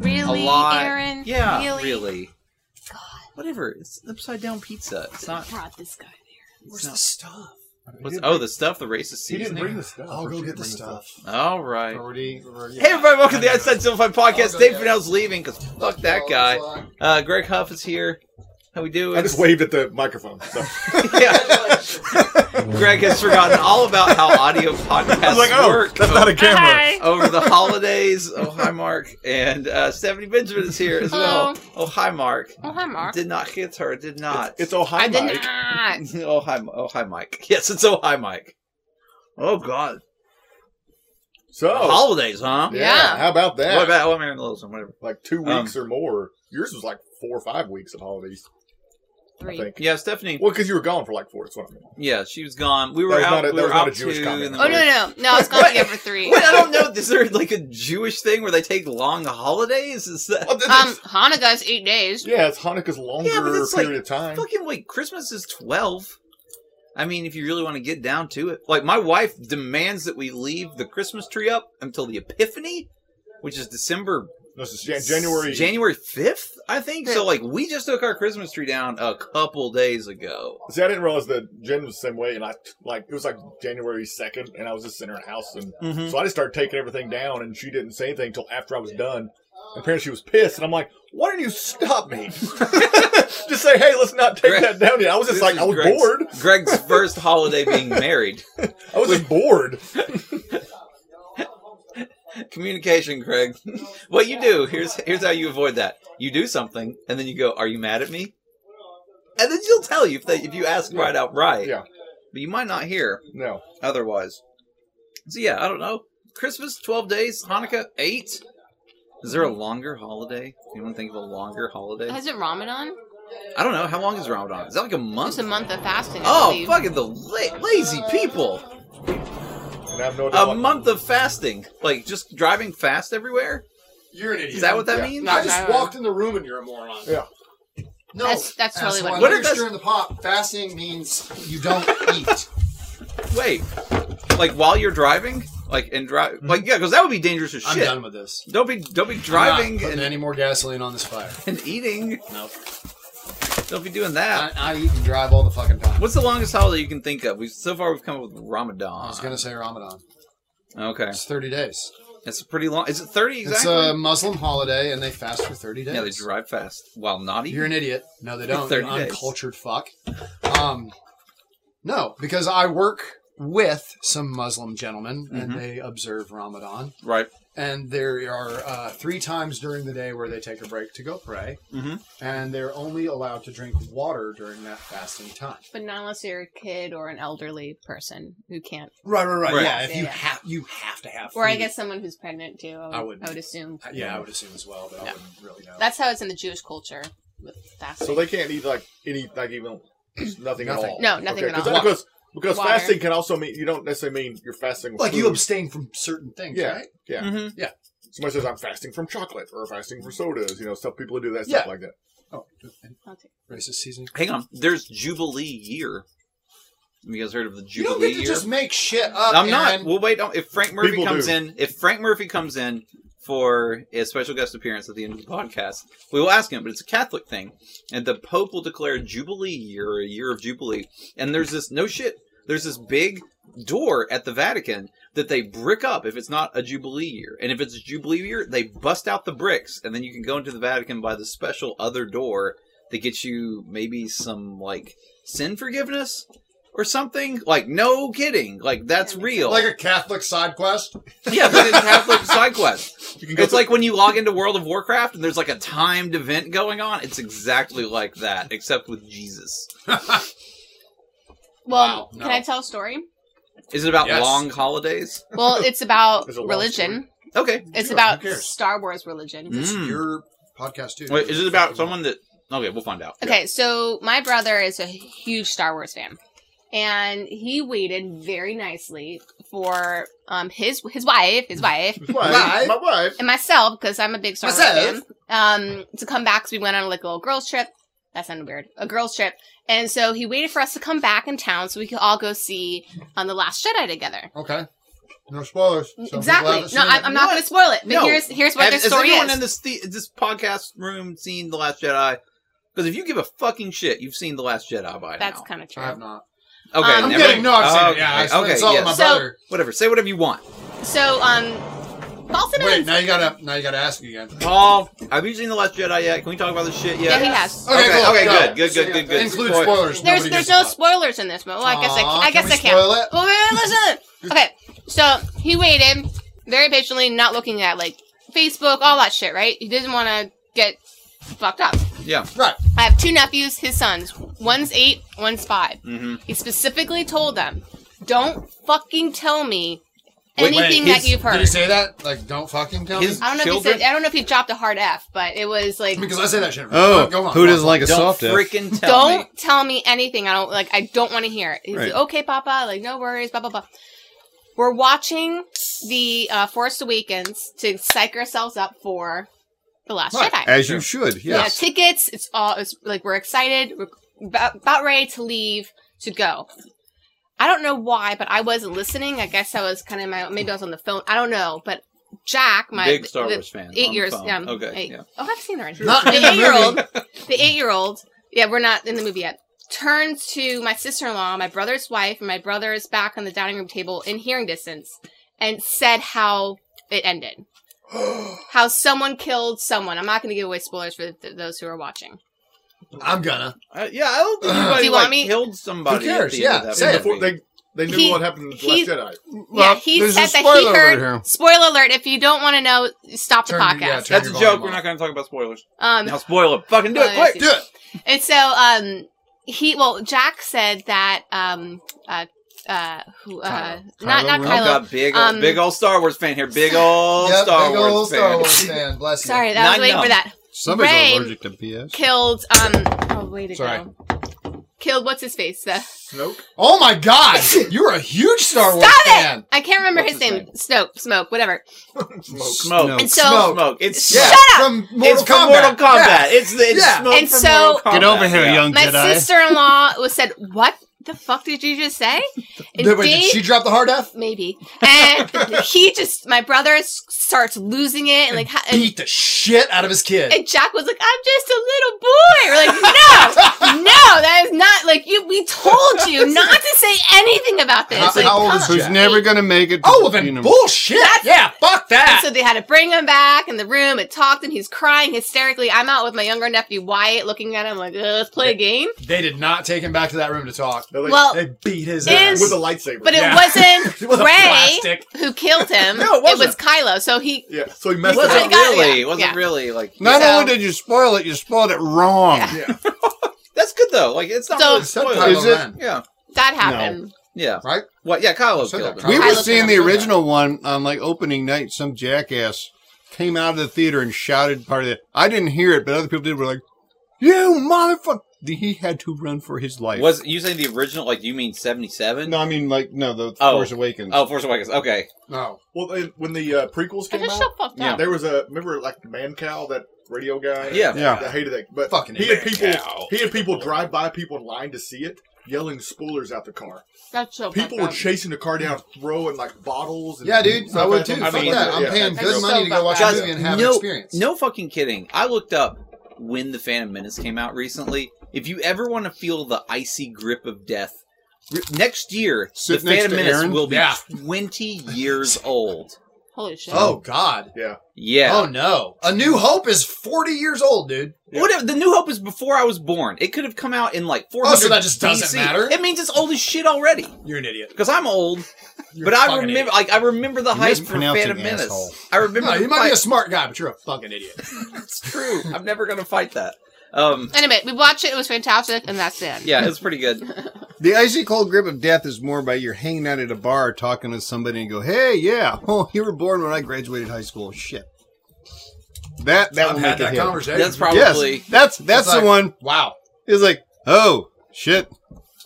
Really, a lot. Aaron? Yeah, really. God. Whatever. It's upside down pizza. It's not. brought this guy there. Where's No. the stuff? What's, oh, the stuff the racist He didn't seasoning. bring the stuff. I'll Or go she get didn't the bring stuff. All right. Already, already. Hey everybody, welcome to the Outside Simplified I'll Podcast. go Dave get it. Brunel's leaving because fuck that guy. Uh, Greg Huff is here. How we doing? I just waved at the microphone. So. yeah. Greg has forgotten all about how audio I podcasts was like, oh, work. that's not a camera. Hi. over the holidays. Oh, hi, Mark. And uh, Stephanie Benjamin is here as well. Oh, hi, Mark. Oh, hi, Mark. Did not hit her. Did not. It's, it's oh hi, I did Mike. not. oh, hi. Mi- Oh, hi, Mike. Yes, it's oh, hi, Mike. Oh, God. So, Oh. Holidays, huh? yeah, Yeah. How about um, that? What about oh, Marion Lewis or whatever? like two weeks or more. Yours was like four or five weeks of holidays. I Three. think. Yeah, Stephanie. Well, because you were gone for like four. That's what I mean. Yeah, she was gone. We That were was out. not a- we that were was not out a Jewish too, comment. and then Oh, no, we were- no. No, I was going to give her three. Wait, I don't know. Is there like a Jewish thing where they take long holidays? Is that Well, Um, that's- Hanukkah's eight days. yeah, it's Hanukkah's longer Yeah, but it's like- period of time. Fucking wait, Christmas is twelve. I mean, if you really want to get down to it, like my wife demands that we leave the Christmas tree up until the Epiphany, which is December This is Jan- January. January fifth, I think. So like we just took our Christmas tree down a couple days ago. See, I didn't realize that Jen was the same way, and I like it was like January second, and I was just in her house, and Mhm. so Mm-hmm. I just started taking everything down, and she didn't say anything until after I was done. Apparently, she was pissed, and I'm like, "Why didn't you stop me? just say, hey, let's not take Greg- that down yet." I was just This like, is I was Greg's- bored. Greg's first holiday being married. I was just bored. Communication, Greg. what you do here's here's how you avoid that. You do something, and then you go, "Are you mad at me?" And then she'll tell you if they, if you ask right out right. Yeah. But you might not hear. No, otherwise. So yeah, I don't know. Christmas twelve days, Hanukkah eight. Is there a longer holiday? Anyone think of a longer holiday? Has it Ramadan? I don't know. How long is Ramadan? Is that like a month? It's a month of fasting. I oh, believe. fucking the la- lazy people! and I have no idea. A Um, what- month of fasting, like just driving fast everywhere. You're an idiot. Is that what that Yeah. means? No. I just walked in the room and you're a moron. Yeah. No, That's- that's totally what it asshole, What I know if you're that's- stirring the pot. Fasting means you don't eat. Wait, like while you're driving, like and drive, like yeah, because that would be dangerous as Mm-hmm. I'm shit. done with this. Don't be don't be I'm not driving putting and, any more gasoline on this fire. and eating. Nope. Don't be doing that. I, I eat and drive all the fucking time. What's the longest holiday you can think of? We so far we've come up with Ramadan. I was gonna say Ramadan. Okay, It's 30 days. it's a pretty long. Is it thirty It's um, exactly? a Muslim holiday, and they fast for 30 days. yeah, they drive fast while not You're eating. an idiot. No, they don't. 30 you days. uncultured fuck. Um, no, because I work with some Muslim gentlemen, Mhm. and they observe Ramadan. Right. and there are uh, three times during the day where they take a break to go pray, Mhm. and they're only allowed to drink water during that fasting time. But not unless you're a kid or an elderly person who can't. Right, right, right. Right. Yeah, if you Yeah. have, you have to have. Or I food. guess someone who's pregnant too. I would, I I would- would, assume. Uh, Yeah, I would assume as well, but I wouldn't really know. That's how it's in the Jewish culture with fasting. So they can't eat like any like even nothing, at Nothing. all. No, nothing at 'cause all. that- Because because Water. fasting can also mean you don't necessarily mean you're fasting with like food. you abstain from certain things, Yeah. right? Yeah. Mm-hmm. Somebody says I'm fasting from chocolate or fasting from sodas. You know, stuff people do that Yeah. stuff like that. Oh, and I'll take- racist season. Hang on. There's Jubilee year. Have you guys heard of the You Jubilee don't get to year? just make shit up. I'm not. Aaron. We'll wait. On, if Frank Murphy People comes do. in, if Frank Murphy comes in for a special guest appearance at the end of the podcast, we will ask him. But it's a Catholic thing, and the Pope will declare Jubilee year, or a year of Jubilee. And there's this no shit. There's this big door at the Vatican that they brick up if it's not a Jubilee year, and if it's a Jubilee year, they bust out the bricks, and then you can go into the Vatican by the special other door that gets you maybe some like sin forgiveness. Or something like no kidding, like that's real. Like a Catholic side quest. Yeah, but it's Catholic side quest. You can go It's to- like when you log into World of Warcraft and there's like a timed event going on. It's exactly like that, except with Jesus. Well, Wow, no. can I tell a story? Is it about Yes. long holidays? Well, it's about It's a long religion. Okay. It's Sure, about who cares? Star Wars religion. Mm. It's your podcast too. Wait, is it about someone that? Okay, we'll find out. Okay, so my brother is a huge Star Wars fan, and he waited very nicely for um his his wife, his wife, My wife, Live. my wife. and myself because I'm a big Star Wars Myself. fan. Um, to come back because we went on like a little girls trip. That sounded weird. A girls trip, and so he waited for us to come back in town so we could all go see um the Last Jedi together. Okay. No spoilers. So people haven't exactly. seen No, I'm, it. I'm not going to spoil it. But No. here's here's what Has- this story has everyone is. in this the, this podcast room seen The Last Jedi? Because if you give a fucking shit, you've seen The Last Jedi by That's now. kind of true. I have not. okay, Um, I'm never- kidding. No, I've Oh, seen it. okay, Yeah, I spent okay, it's all with my yes. So- brother. whatever. Say whatever you want. So, um, Paul Simmons. Wait, now you gotta now you gotta ask me again. Paul, have you seen The Last Jedi yet? Can we talk about this shit yeah, yet? he has. Okay, Okay, cool. okay, Go. good, good, good, good, good. Include Spoil- There's spoilers. Nobody there's gets no to talk. spoilers in this movie. Well, I guess I, Aw, I guess we I can. Spoil it. Well, wait, wait, listen. okay, so he waited very patiently, not looking at like Facebook, all that shit. Right? He didn't want to get fucked up. Yeah. Right. I have two nephews, his sons. One's eight, one's five. Mm-hmm. He specifically told them, "Don't fucking tell me Wait, wait, anything that his- you've Did heard." he say that? Like, don't fucking tell His- me. I don't know if Children? he said. I don't know if he dropped a hard F, but it was like, Because I say that shit. Oh, go on. who doesn't like a Don't soft F? freaking tell don't me. tell me anything. I don't like. I don't want to hear it. He's Right. like, okay, Papa. Like, no worries. Blah blah blah. We're watching the uh, Force Awakens to psych ourselves up for the Last Right. Jedi. As you should, We have yes. tickets. It's all. It's like we're excited. We're about, about ready to leave to go. I don't know why, but I wasn't listening. I guess I was kind of my. Maybe I was on the phone. I don't know, but. Jack, my Big Star the- Wars fan. eight on years. phone. Yeah, okay. eight. Yeah. Oh, I've seen her. In Not the in the movie. eight-year-old. The eight-year-old. Yeah, we're not in the movie yet. Turns to my sister-in-law, my brother's wife, and my brother is back on the dining room table in hearing distance, and said how it ended. How someone killed someone. I'm not going to give away spoilers for th- those who are watching. I'm gonna. Uh, yeah, I don't think Do anybody you want like, me- killed somebody. Who cares? At the end Yeah, of that say it. movie. Before they they knew He- what happened to the he- Last Jedi. yeah, he there's said a that he spoiler heard. alert here. Spoiler alert! If you don't want to know, stop the Turn- podcast. yeah, turn- That's a Turn your joke. volume We're not going to talk about spoilers. um, Now spoil it. Fucking do it Oh, I quick. see. Do it. And so, um, he well, Jack said that, um, uh, uh, who, uh, Kylo. not not Kylo Ren. Oh Kylo. god, big old, Um, big old Star Wars fan here. Big old Yep, Star big Wars old fan. Star Wars fan. Bless you. Sorry, that Not was waiting dumb. for that. Somebody's Ray- allergic to BS. Killed. Um. Oh, way to Sorry. go. Killed. What's his face? The Snoke. Oh my god, you're a huge Star Wars Stop it! fan. I can't remember What's his his name. Smoke. Smoke. Whatever. Smoke. Smoke. No. and so, Oh, Smoke. Smoke. It's Yeah, Shut up! From Mortal It's from Kombat. Mortal Kombat. Yeah. It's the it's Yeah. smoke And from so- Mortal Kombat. Get over here, yeah. young my Jedi. sister-in-law was said, "What the fuck did you just say?" And Did, wait, did Dave- she drop the hard F? maybe. And he just, my brother s- starts losing it, and like, ha- and Beat the shit out of his kid. And Jack was like, I'm just a little boy. We're like, no, no, that is not like you. We told you not to say anything about this. How- like, how old come is on. Who's never gonna make it? to oh, well the then universe. bullshit. yeah, fuck And that. so they had to bring him back in the room. It talked him. He's crying hysterically. I'm out with my younger nephew Wyatt, looking at him like, "Ugh, let's play a game. they did not take him back to that room to talk. They're like, Well, They beat his Is- ass with a lightsaber. But it Yeah. wasn't With a Ray plastic. who killed him. No, it wasn't. was Kylo. So he yeah. So he It messed it Wasn't wasn't up. got it, really. yeah, Wasn't yeah. really like. Not So- only did you spoil it, you spoiled it wrong. Yeah. That's good though. Like it's not So- really spoilers. Is it- Yeah. that happened. Yeah. Right? What? Yeah. Kylo Said killed that. him. We I were looked seeing it the up. original one on like opening night. Some jackass came out of the theater and shouted part of it. I didn't hear it, but other people did. Were like, "You motherfucker!" He had to run for his life. Was you saying the original? Like you mean seventy seven? no, I mean like no, the Oh. Force Awakens. Oh, Force Awakens. Okay. No. Well, they, when the uh, prequels And came the out, show fucked Yeah. up. there was a remember like the man cow that radio guy. Yeah. Yeah. I hated that. But Fucking he had Man people. Cow. He had people drive by people in line to see it, yelling spoilers out the car. That's so People fucked were up. chasing the car down, throwing like bottles. And Yeah, dude, I stuff would at too. them. Fuck mean, that. I'm yeah. paying That's good so money to go fucked watch up. a movie and have no, an experience. no fucking kidding. I looked up when the Phantom Menace came out recently. If you ever want to feel the icy grip of death, re- next year Sit the next Phantom to Menace Aaron? will be Yeah. twenty years old. Holy shit. Oh God. Yeah. Oh no. A New Hope is 40 years old, dude. Yeah. Whatever. The New Hope is before I was born. It could have come out in like 400 Oh, so that just doesn't BC. matter? It means it's old as shit already. You're an idiot. Because I'm old, You're but a I fucking remember, idiot. like, I remember the You hype for mispronounced Phantom an Menace. asshole. I remember. No, the you might be fight. a smart guy, but you're a fucking idiot. It's true. I'm never gonna fight that. Um, Anyway, we watched it. It was fantastic, and that's it. yeah, it's pretty good. The icy cold grip of death is more by you're hanging out at a bar talking to somebody and go, "Hey, yeah, oh, you were born when I graduated high school." Shit, that that I've will had make it that hit. conversation. That's probably Yes, that's that's It's the like- one. Wow. It's like, oh shit,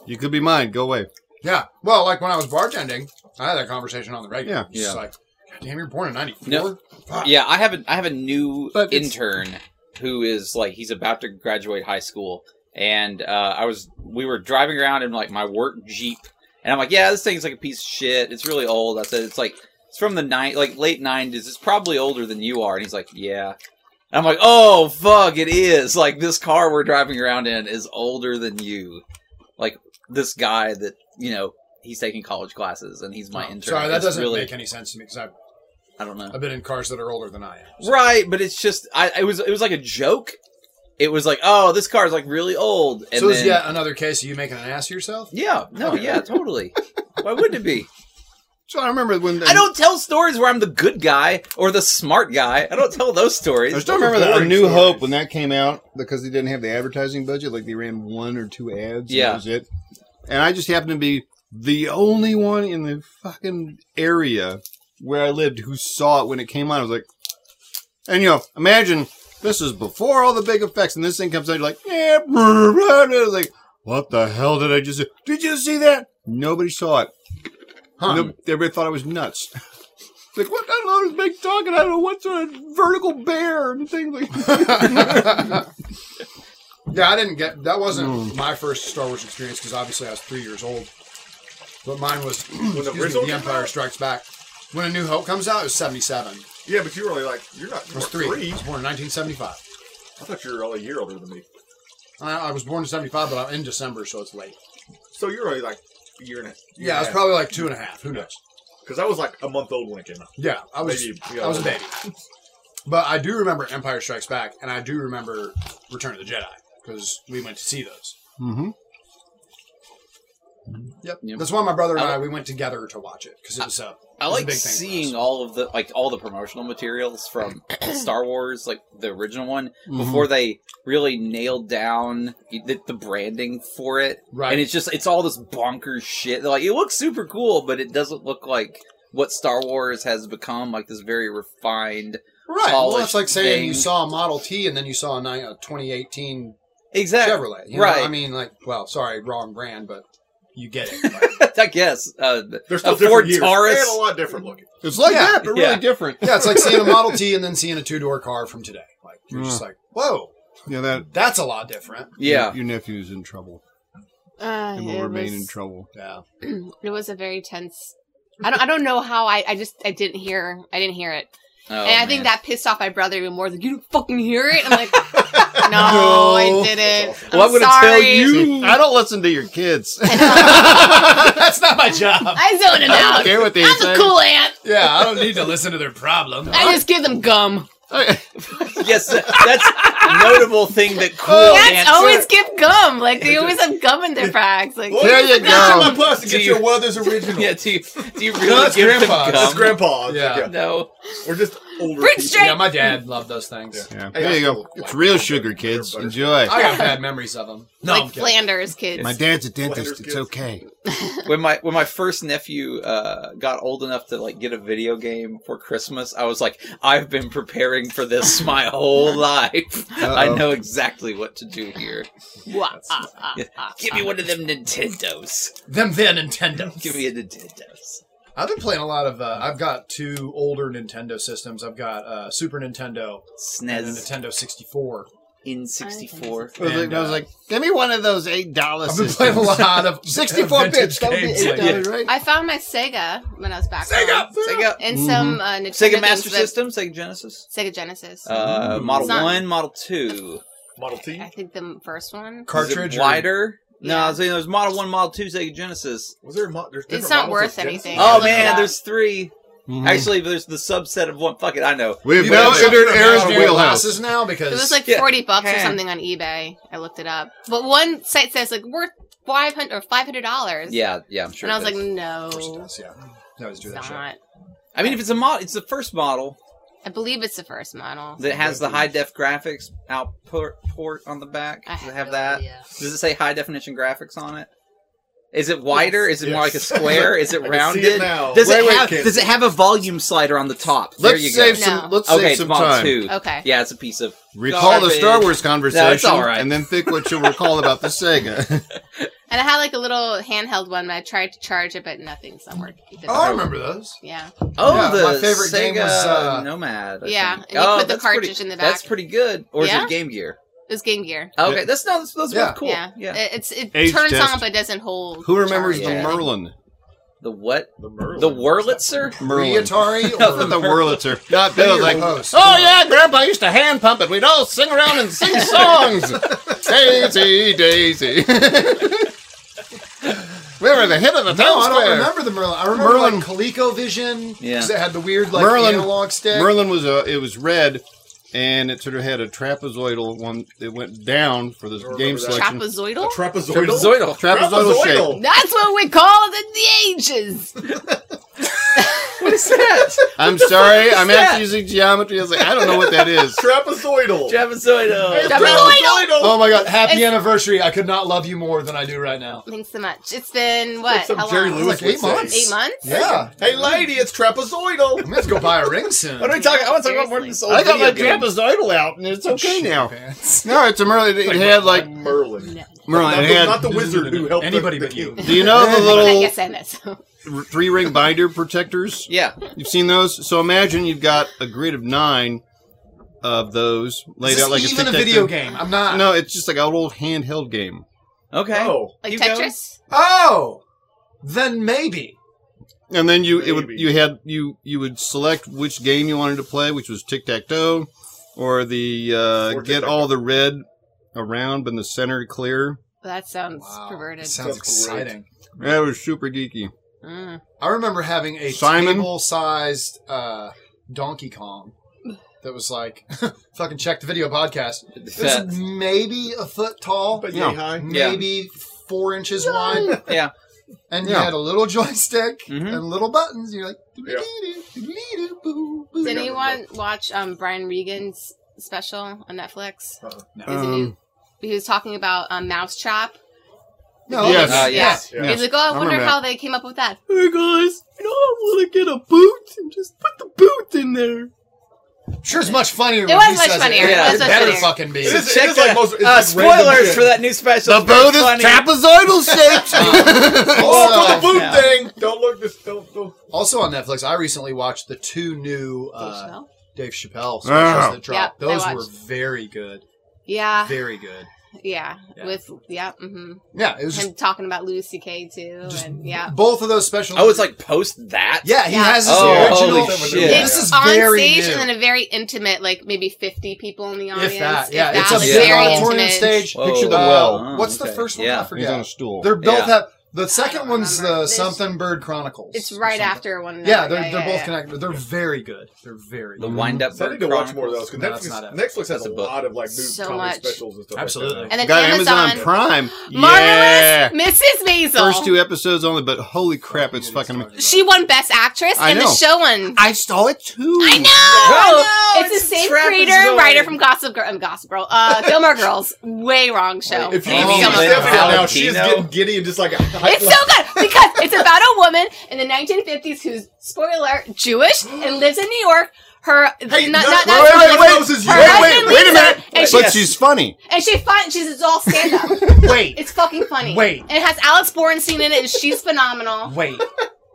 you could be mine. Go away. Yeah. Well, like when I was bartending, I had that conversation on the regular. Yeah. It's just Yeah. like, God damn, you're born in 94. No. Fuck. Yeah, I have a I have a new But it's- intern who is like he's about to graduate high school, and uh, I was we were driving around in like my work jeep, and I'm like, yeah, this thing's like a piece of shit. It's really old. I said it's like It's from the nine, like late nineties. It's probably older than you are." And he's like, "Yeah." And I'm like, "Oh fuck, it is! Like this car we're driving around in is older than you. Like this guy that you know." He's taking college classes, and he's my intern. Oh, Sorry, that It's doesn't really, make any sense to me because I've, I don't know. I've been in cars that are older than I am. Right, but it's just I it was it was like a joke. It was like, oh, this car is like really old. And so is then- yet another case of you making an ass of yourself? yeah, no, Okay. yeah, totally. Why wouldn't it be? So I remember when I don't tell stories where I'm the good guy or the smart guy. I don't tell those stories. I still remember that boring A New stories. Hope when that came out because they didn't have the advertising budget. Like they ran one or two ads. Yeah. and that was it. And I just happened to be the only one in the fucking area where I lived who saw it when it came on. I was like, and you know, imagine this is before all the big effects, and this thing comes out. You're like, yeah, brr, brr," and I was like, what the hell did I just? do? Did you see that? Nobody saw it. Huh. No- everybody thought I was nuts. It's like, what kind of this big talking? I don't know what's a vertical bear and things like yeah, I didn't get that. Wasn't Hmm. Mm. my first Star Wars experience because obviously I was three years old. But mine was When the excuse me, original The came Empire out? Strikes Back. When A New Hope comes out, it was seventy-seven. Yeah, but you were only like you're not. I You was were three. three. I was born in nineteen seventy-five. I thought you were only a year older than me. I, I was born in seventy-five, but I'm in December, so it's late. So you're only like a year and a Yeah, I was probably like two and a half. Who knows? because I was like a month old Lincoln. Yeah, I was. Maybe, you I know, was a baby. But I do remember Empire Strikes Back, and I do remember Return of the Jedi because we went to see those. Mm-hmm. Yep. Yep. That's why my brother and I- I, we went together to watch it because it was uh, I It's a like big thing for seeing us. all of the like all the promotional materials from Star Wars, like the original one, Mm-hmm. Mm-hmm. before they really nailed down the, the branding for it. right. And it's just it's all this bonkers shit. Like it looks super cool, but it doesn't look like what Star Wars has become. Like this very refined. right. Well, polished that's like saying you thing. saw a Model T and then you saw a, nine, a 2018 Exactly. Chevrolet. You know? right. I mean, like, well, sorry, wrong brand, but you get it. I guess. Uh, They're still A Ford different years. Taurus. And a lot different looking. It's like Yeah, that, but yeah. really different. yeah, it's like seeing a Model T and then seeing a two door car from today. Like you're Mm. just like, whoa, Yeah, that. that's a lot different. yeah. Your nephew's in trouble. Uh, And it will remain was- in trouble. Yeah. it was a very tense. I don't. I don't know how. I. I just. I didn't hear. I didn't hear it, Oh, and I man. think that pissed off my brother even more. Like you didn't fucking hear it. I'm like, no, I didn't. I'm Well, I'm gonna tell sorry. you- I don't listen to your kids. that's not my job. I zone them I don't out. care what they I'm say. the cool aunt. Yeah, I don't need to listen to their problem. I just give them gum. yes, that's a notable thing that cool. Cats ants- always give gum. Like they always have gum in their bags. Like Well, There you Get go. my plus to Do get you- your Weathers original. Yeah, do you, do you really that's give them grandpa. gum? It's grandpa. Yeah. No. We're just older. Brit people. Strait! Yeah, my dad loved those things. Yeah, Hey, there you I go. still It's like real it. sugar, They're kids. better. Enjoy. I got bad memories of them. No, I'm like kidding. Flanders kids. My dad's a Wonder dentist. It's kids. okay. When my when my first nephew uh, got old enough to like get a video game for Christmas, I was like, I've been preparing for this my whole life. I Uh-oh. know exactly what to do here. Wah, ah, ah, ah, Give me one of them Nintendos. Them then Nintendo. Give me a Nintendos. I've been playing a lot of. Uh, I've got two older Nintendo systems. I've got uh, Super Nintendo and a SNES Nintendo 64. E in sixty four. I was, like, And, I was uh, like, give me one of those eight dollars. I've been playing a lot of 64 bits. vintage That would be games. eight Yeah. dollars, right? I found my Sega when I was back home, Sega, Mm-hmm. and some uh, Nintendo Sega games Master that- System, Sega Genesis, Sega Genesis. uh, Model Son. One, Model Two. Model T. I think the first one. Cartridge Is or- it wider. No, Yeah. I was saying there's Model One, Model Two, Sega Genesis. Was there? A mo- there's different It's not models worth of Genesis? anything. Oh look it man, up. there's three. Mhm. Actually, there's the subset of one. Fuck it, I know. We've You now guys entered should Aaron's have bought wheelhouse. glasses now because It was like Yeah. forty bucks or Huh. something on eBay. I looked it up, but one site says like worth five hundred or five hundred dollars. Yeah, yeah, I'm sure. and I was it like, is. Of course it no, does, yeah. They always do it's that shit. not. I mean, if it's a model, it's the first model I believe it's the first model. that has the high def graphics output port on the back. I Does have, it have no that? idea. Does it say high definition graphics on it? Is it wider? Is it more like a Yes. square? Is it I can see it rounded? now. Does Wait, it wait, have? kid. Does it have a volume slider on the top? there Let's you save go. No. some. Let's okay, save it's some model time. two. Okay. Yeah, it's a piece of. Recall the Garbage. Star Wars conversation, all right. and then think what you'll recall about the Sega. And I had like a little handheld one, but I tried to charge it, but nothing's not working. Oh, I remember those. Yeah. Oh, Yeah, the my favorite Sega game was, uh, Nomad. I Yeah, think. and you oh, put the that's pretty- cartridge in the That's back. pretty good. Or is Yeah? it Game Gear? It was Game Gear. Okay, Yeah. that's no, that's, those Yeah. are cool. Yeah. Yeah, It, it's it Age turns test. on but doesn't hold. Who remembers charge. Yeah. the Merlin? The what? The Merlin. The Wurlitzer? Merlin. Reatari Not or the Wurlitzer. Not Be your like, host. oh yeah, Grandpa used to hand pump it. We'd all sing around and sing songs. Daisy, Daisy. we were the hit of the town No, I don't square. remember the Merlin. I remember Merlin. like ColecoVision. Yeah. 'cause It had the weird like Merlin- analog stick. Merlin was a. It was red, and it sort of had a trapezoidal one. It went down for this I remember game that. selection. Trapezoidal? A trapezoidal. Trapezoidal. trapezoidal shape. That's what we call the, the ages. What is that? I'm sorry. I'm that? actually using geometry. I was like, I don't know what that is. Trapezoidal. Hey, Trapezoidal. Trapezoidal. Oh my god! Happy It's- anniversary! I could not love you more than I do right now. Thanks so much. It's been what? Like some How Jerry long? Lewis Like would eight say. months. Eight months? Yeah, Hey, lady, it's trapezoidal. I'm gonna have to go buy a ring soon. What are we talking? I want to talk about more of this old I got my video game. trapezoidal out, and it's okay now. Pants. No, it's a Merlin. It had like Merlin. No. Merlin. Not It the, had not the wizard who helped Anybody the, but the you. king. Do you know the I little guess I know. So. three ring binder protectors? Yeah. You've seen those? So imagine you've got a grid of nine of those laid Is this out like even a tic-tac-toe. video game. I'm not. No, it's just like an old handheld game. Okay. Oh, Like You go. Tetris? Oh, then maybe. And then you it would Maybe. you had you you would select which game you wanted to play, which was tic tac toe, or the uh, Or get all the red around but in the center clear. That sounds perverted. Sounds That's exciting. That was super geeky. Mm. I remember having a Simon? table-sized uh, Donkey Kong that was like fucking check the video podcast. It was maybe a foot tall, but Yeah. yay high. maybe four inches wide. Yeah. And you Yeah. had a little joystick Mhm. and little buttons. You're like, Yeah. Does yeah. anyone watch um, Brian Regan's special on Netflix? Uh, Is it Um, He was talking about um, Mousetrap. no, Yes. Uh, yeah. yes. Yeah. He's like, oh, I, I wonder remember how they came up with that. Hey guys, you know I want to get a boot and just put the boot in there. sure, it's much funnier. It was much funnier. It was it much better funnier. fucking be. It is- Check it is like that- most- it's uh, just random spoilers shit. for that new special. The It's very boot is funny. trapezoidal shaped. Oh, for the Also, boot Yeah. thing. Don't look this. Don't. don't. also on Netflix, I recently watched the two new uh, Dave Chappelle. Dave Chappelle specials Yeah. that dropped. Yep, I Those watched. were very good. yeah, Very good. yeah, Yeah. With yeah, hmm Yeah, it was just, him talking about Louis C.K. too, just and yeah. both of those specials. Oh, it's like post that. yeah, he Yeah. has his Oh, original. holy Yeah, shit. This is on very stage new. and then a very intimate, like maybe fifty people in the audience. if that, yeah, it's a like, Yeah. big very auditorium intimate. stage. Whoa. Picture the Uh, well. Oh, what's okay. the first one? Yeah. I He's forget. on a stool. They're both Yeah. have the second don't one's remember. the There's- something bird chronicles. It's or right something. after one. Yeah, another. they're they're both yeah. connected. They're very good. They're very The good. wind up. So I need to watch more of those No, because that's Netflix, not it. Netflix has That's a a book. lot of like new So comedy much. specials and stuff. Absolutely. Like And then Got Amazon, Amazon, Prime. Marvelous Mrs. Maisel. First two episodes only, but holy crap, it's fucking. amazing. She won Best Actress, I and know. the show won. I saw it too. I know. Oh, it's, it's the same trapezoid. creator and writer from Gossip Girl. Um, Gossip Girl. Uh, Gilmore Girls. Way wrong show. that. If you Amy can Gilmore see Gilmore. Stephanie right now, Valentino. she's getting giddy and just like. It's so good because it's about a woman in the 1950s who's spoiler alert, Jewish and lives in New York. Her Hey, not, no, not, no, not wait, spoiler- wait, wait, this is- her wait, husband wait, wait a leaves her, minute. and she But she's funny. and she finds she's it's all stand up. Wait, it's fucking funny. Wait. and it has Alex Borenstein in it, and she's phenomenal. wait.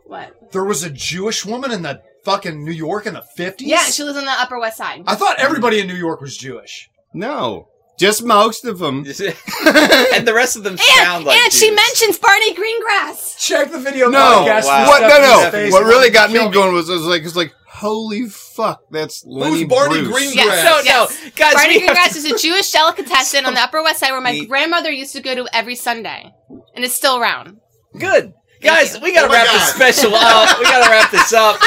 What? There was a Jewish woman in the fucking New York in the fifties. Yeah, she lives on the Upper West Side. I thought everybody in New York was Jewish. No, just most of them. and the rest of them and sound like. and she dudes. mentions Barney Greengrass. Check the video No, podcast. wow. what? No, no. Stephanie's What really got me going was, I was like, it's like, holy fuck, that's Lenny Barney Bruce. Green- Yes, So no, yes. guys, Barney we have Greengrass is a Jewish delicatessen on the Upper West Side where my Neat. grandmother used to go to every Sunday, and it's still around. Good. Guys, you. we gotta Oh my wrap this God. special up. We gotta wrap this up.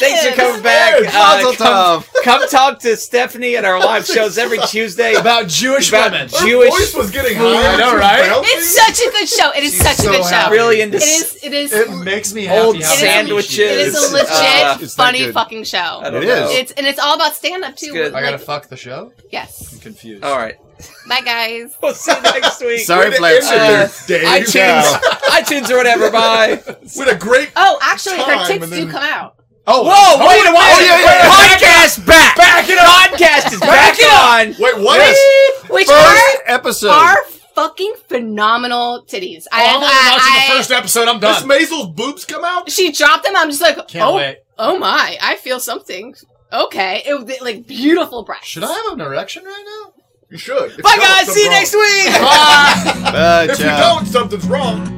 Thanks for coming back. Hey, Uh, come, Mazel tov. come talk to Stephanie at our live shows every Tuesday about about Jewish About women. Jew- Her Jewish voice was getting food. higher. I know, She was right? bouncing. It's such a good show. It is She's such so a good show. happy. really into It is. It is. It makes me happy. old how happy sandwiches. she It is. is a It's- legit, uh, it's not funny good. fucking I show. don't It know. is. It's and it's all about stand up too. good. I gotta Like- fuck the show. yes. I'm confused. All right. Bye guys. We'll see you next week. Sorry, Way to Fletch. end Uh, it there, Dave. iTunes, iTunes or whatever. Bye. With a great Oh, actually, her Time, tits and do then- come out. Oh, Whoa! wait a minute! yeah, yeah. Podcast back. Back it up. Podcast is back on. Wait, what? Which First are episode. are fucking phenomenal titties. I, I'm only watching I, the first episode. I'm Does done. Maisel's boobs come out? she dropped them. I'm just like, Can't oh, wait. oh my, I feel something. Okay, it was like beautiful breasts. Should I have an erection right now? You should. If Bye, you don't, guys. See you next something's week. wrong. Bye, If you ciao. don't, something's wrong.